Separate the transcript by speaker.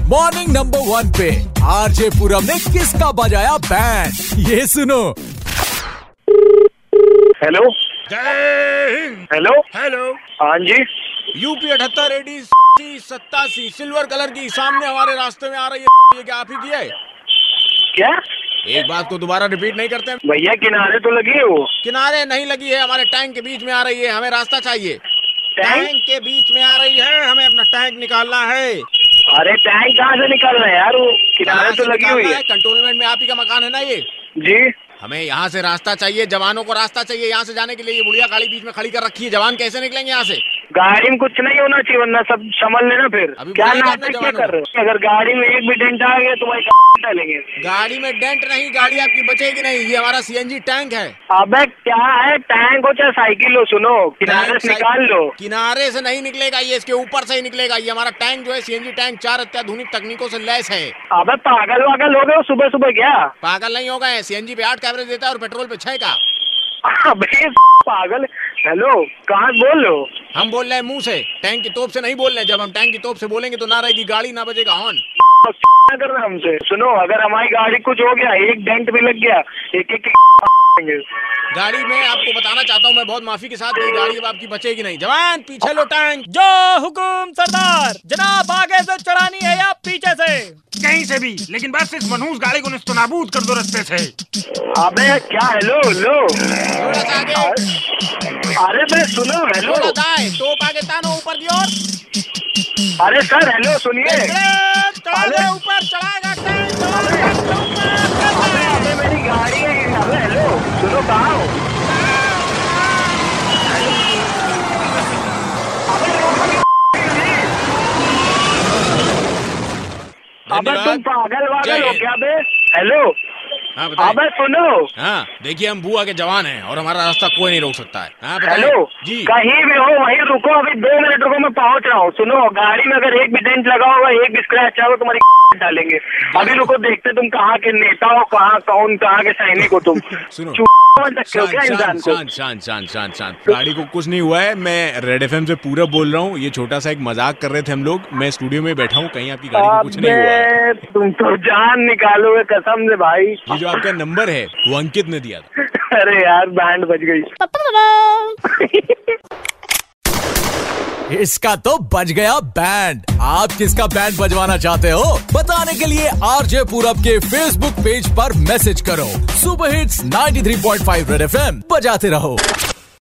Speaker 1: Number one पे RJ Puram ने किसका बजाया बैंड ये सुनो
Speaker 2: hello
Speaker 3: Jai Hind
Speaker 2: hello
Speaker 3: hello
Speaker 2: हाँ जी
Speaker 3: यूपी अठहत्तर एडी सत्तासी सिल्वर कलर की सामने हमारे रास्ते में आ रही है ये क्या आप ही की है
Speaker 2: क्या
Speaker 3: एक बात को दोबारा रिपीट नहीं करते हैं।
Speaker 2: भैया किनारे तो लगी है वो
Speaker 3: किनारे नहीं लगी है हमारे टैंक के बीच में आ रही है हमें रास्ता चाहिए
Speaker 2: टैंक?
Speaker 3: टैंक के बीच में आ रही है हमें अपना टैंक निकालना है
Speaker 2: अरे टैंक कहाँ से निकल रहा है यार वो किनारे तो लगी हुई है
Speaker 3: कंटोनमेंट में आप ही का मकान है ना ये
Speaker 2: जी
Speaker 3: हमें यहाँ से रास्ता चाहिए जवानों को रास्ता चाहिए यहाँ से जाने के लिए ये बुढ़िया गाड़ी बीच में खड़ी कर रखी है जवान कैसे निकलेंगे यहाँ से
Speaker 2: गाड़ी में कुछ नहीं होना चाहिए वरना सब संभल लेना फिर
Speaker 3: अभी
Speaker 2: क्या
Speaker 3: बुलाया
Speaker 2: नाटक
Speaker 3: आपने
Speaker 2: क्या
Speaker 3: जवानों
Speaker 2: कर रहे हो अगर गाड़ी में एक भी डेंट आ गया तो भाई डालेंगे
Speaker 3: गाड़ी में डेंट नहीं गाड़ी आपकी बचेगी नहीं ये हमारा सीएनजी टैंक है
Speaker 2: अबे क्या है टैंक हो चाहे साइकिल हो सुनो किनारे
Speaker 3: टैंक
Speaker 2: से
Speaker 3: साइड-
Speaker 2: निकाल लो
Speaker 3: किनारे से नहीं निकलेगा ये इसके ऊपर से ही निकलेगा ये हमारा टैंक जो है सीएनजी टैंक चार अत्याधुनिक तकनीकों से लैस है
Speaker 2: अबे पागल वागल हो गए हो सुबह सुबह क्या
Speaker 3: पागल नहीं हो गए सीएनजी पे आठ का एवरेज देता है और पेट्रोल पे छह का
Speaker 2: अबे पागल हेलो कहाँ से बोल रहे हो
Speaker 3: हम बोल रहे हैं मुंह से टैंक की तोप से नहीं बोल रहे हैं। जब हम टैंक की तोप से बोलेंगे तो ना रहेगी गाड़ी ना बजेगा हॉर्न
Speaker 2: और क्या कर रहा है हमसे सुनो अगर हमारी गाड़ी कुछ हो गया एक डेंट भी लग गया एक एक देंगे।
Speaker 3: गाड़ी में आपको बताना चाहता हूँ मैं बहुत माफी के साथ कि गाड़ी अब आपकी बचेगी नहीं जवान पीछे लो टैंक
Speaker 4: जो हुकुम सरदार जनाब आगे से चढ़ानी है या पीछे से
Speaker 5: कहीं से भी लेकिन बस इस मनहूस गाड़ी को निस्तो नाबूद कर दो रस्ते से
Speaker 2: अबे क्या हेलो हेलो
Speaker 3: थोड़ा सा आगे
Speaker 2: अरे बे सुनो हेलो
Speaker 3: थोड़ा दाएं तोप आगे तानो ऊपर की ओर
Speaker 2: अरे सर हेलो सुनिए
Speaker 3: चढ़ाएगा ऊपर चढ़ाएगा टैंक चढ़ाएगा ऊपर
Speaker 2: अबे मेरी गाड़ी है अबे हेलो सुनो कहाँ हो अबे तुम
Speaker 3: धन्यवाद।
Speaker 2: पागल वागल हो
Speaker 3: जय
Speaker 2: क्या बे हेलो
Speaker 3: हाँ बताइए
Speaker 2: अबे सुनो
Speaker 3: हाँ देखिए हम बुआ के जवान हैं और हमारा रास्ता कोई नहीं रोक सकता है हाँ बताइए।
Speaker 2: हेलो
Speaker 3: जी
Speaker 2: कहीं भी हो वहीं रुको अभी दो मिनट रुको मैं पहुंच रहा हूँ सुनो गाड़ी में अगर एक भी डेंट लगा होगा एक भी स्क्रैच आएगा तुम्हारी डालेंगे अभी रुको देखते तुम कहाँ के नेता हो कहाँ कौन कहाँ के सैनिक हो तुम
Speaker 3: सुनो।
Speaker 2: चूतिया बन सकते हो
Speaker 3: शांत
Speaker 2: क्या इंसान
Speaker 3: शांत
Speaker 2: को
Speaker 3: शांत शांत शांत शांत शांत गाड़ी को कुछ नहीं हुआ है मैं रेड एफ से पूरा बोल रहा हूँ ये छोटा सा एक मजाक कर रहे थे हम लोग मैं स्टूडियो में बैठा हूँ कहीं आपकी गाड़ी को कुछ नहीं हुआ है
Speaker 2: अबे, तुम तो जान निकालोगे कसम से भाई
Speaker 3: ये जो आपका नंबर है वो अंकित ने दिया था
Speaker 2: अरे यार बैंड बज गई
Speaker 1: इसका तो बज गया बैंड आप किसका बैंड बजवाना चाहते हो बताने के लिए आरजे पूरब के फेसबुक पेज पर मैसेज करो सुपर हिट्स 93.5 रेड एफएम बजाते रहो